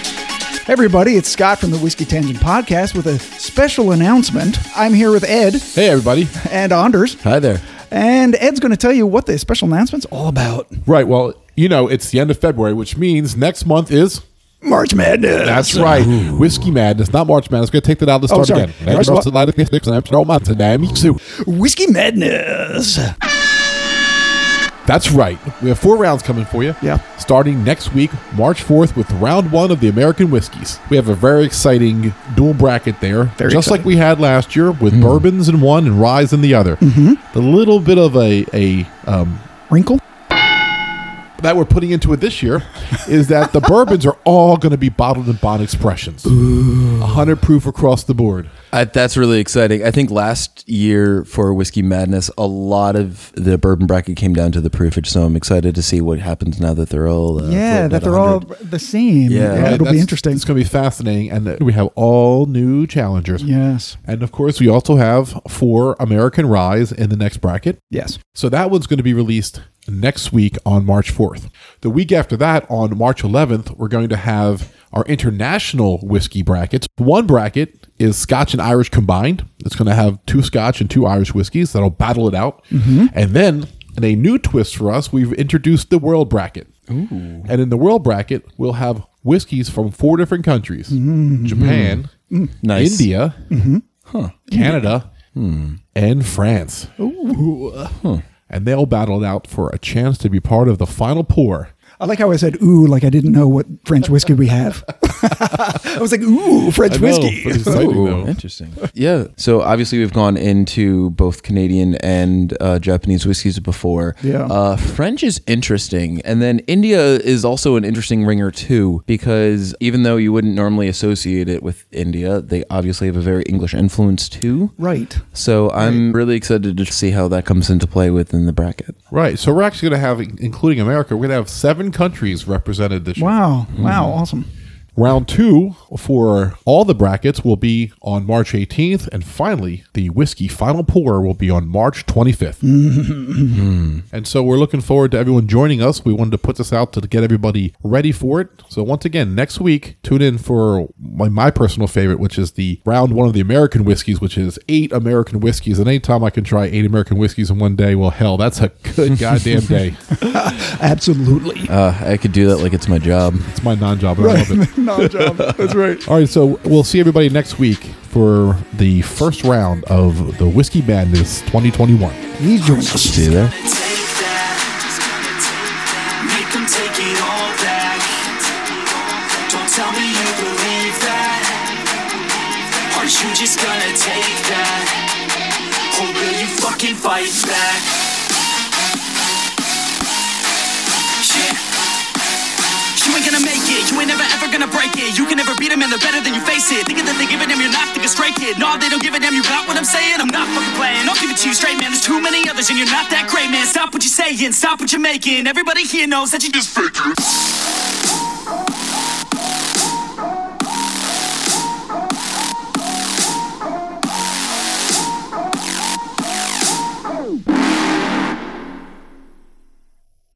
Hey everybody, it's Scott from the Whiskey Tangent Podcast with a special announcement. I'm here with Ed Hey, everybody. and Anders, Hi there. and Ed's going to tell you what the special announcement's all about. Right. Well, you know, it's the end of February, which means next month is. March Madness. That's right. Whiskey Madness, not March Madness. Going to take that out of the Oh, start sorry. again. March First what? Atlantic Six and Amsterdam Month, and I'm Sue. Whiskey Madness. That's right. We have four rounds coming for you. Yeah. Starting next week, March 4th, with round one of the American Whiskeys. We have a very exciting dual bracket there. Very just exciting. Mm. like we had last year with bourbons in one and ryes in the other. Mm-hmm. A little bit of a, a um, Wrinkle? that we're putting into it this year is that the bourbons are all going to be bottled in bond expressions. A 100 proof across the board. I, that's really exciting. I think last year for Whiskey Madness, a lot of the bourbon bracket came down to the proofage. So I'm excited to see what happens now that they're all Yeah, uh, floating at that they're all 100. the same. Yeah. Yeah, it'll be That's- interesting. It's going to be fascinating. And that we have all new challengers. Yes. And of course, we also have four American Rise in the next bracket. Yes. So that one's going to be released next week on March 4th. The week after that, on March 11th, we're going to have our international whiskey brackets. One bracket is Scotch and Irish combined. It's going to have two Scotch and two Irish whiskeys that'll battle it out. And then, in a new twist for us, we've introduced the world bracket. And in the world bracket, we'll have whiskeys from four different countries Japan, Nice. India, Canada, Hmm. and France. And they'll battle it out for a chance to be part of the final pour. I like how I said ooh, like I didn't know what French whiskey we have. I was like, ooh, French I know, whiskey. but it's exciting, Ooh, though. interesting. Yeah. So obviously we've gone into both Canadian and uh, Japanese whiskeys before. Yeah. Uh, French is interesting, and then India is also an interesting ringer too, because even though you wouldn't normally associate it with India, they obviously have a very English influence too. Right. So I'm really excited to see how that comes into play within the bracket. Right. So we're actually going to have, including America, we're going to have seven countries represented this year. Wow. Wow. Hmm. Awesome. Round two for all the brackets will be on March 18th. And finally, the whiskey final pour will be on March 25th. and so we're looking forward to everyone joining us. We wanted to put this out to get everybody ready for it. So, once again, next week, tune in for my, my personal favorite, which is the round one of the American whiskeys, which is eight American whiskeys. And anytime I can try eight American whiskeys in one day, well, hell, that's a good goddamn day. Absolutely. Uh, I could do that like it's my job. It's my non job, and I love it. no job. That's right. All right, so we'll see everybody next week for the first round of the Whiskey Madness 2021. He's joining us. See you there. Take that. Just gonna take that. Make them take it all back. Don't tell me you believe that. Are you just gonna take that? Or will you fucking fight back? Yeah. You ain't gonna make it, you ain't never ever gonna break it. You can never beat them and they're better than you face it. Thinking that they give a damn, you're not thinking straight, kid. No, they don't give a damn, you got what I'm saying? I'm not fucking playing. I'll give it to you straight, man. There's too many others and you're not that great, man. Stop what you're saying, stop what you're making. Everybody here knows that you just fake it.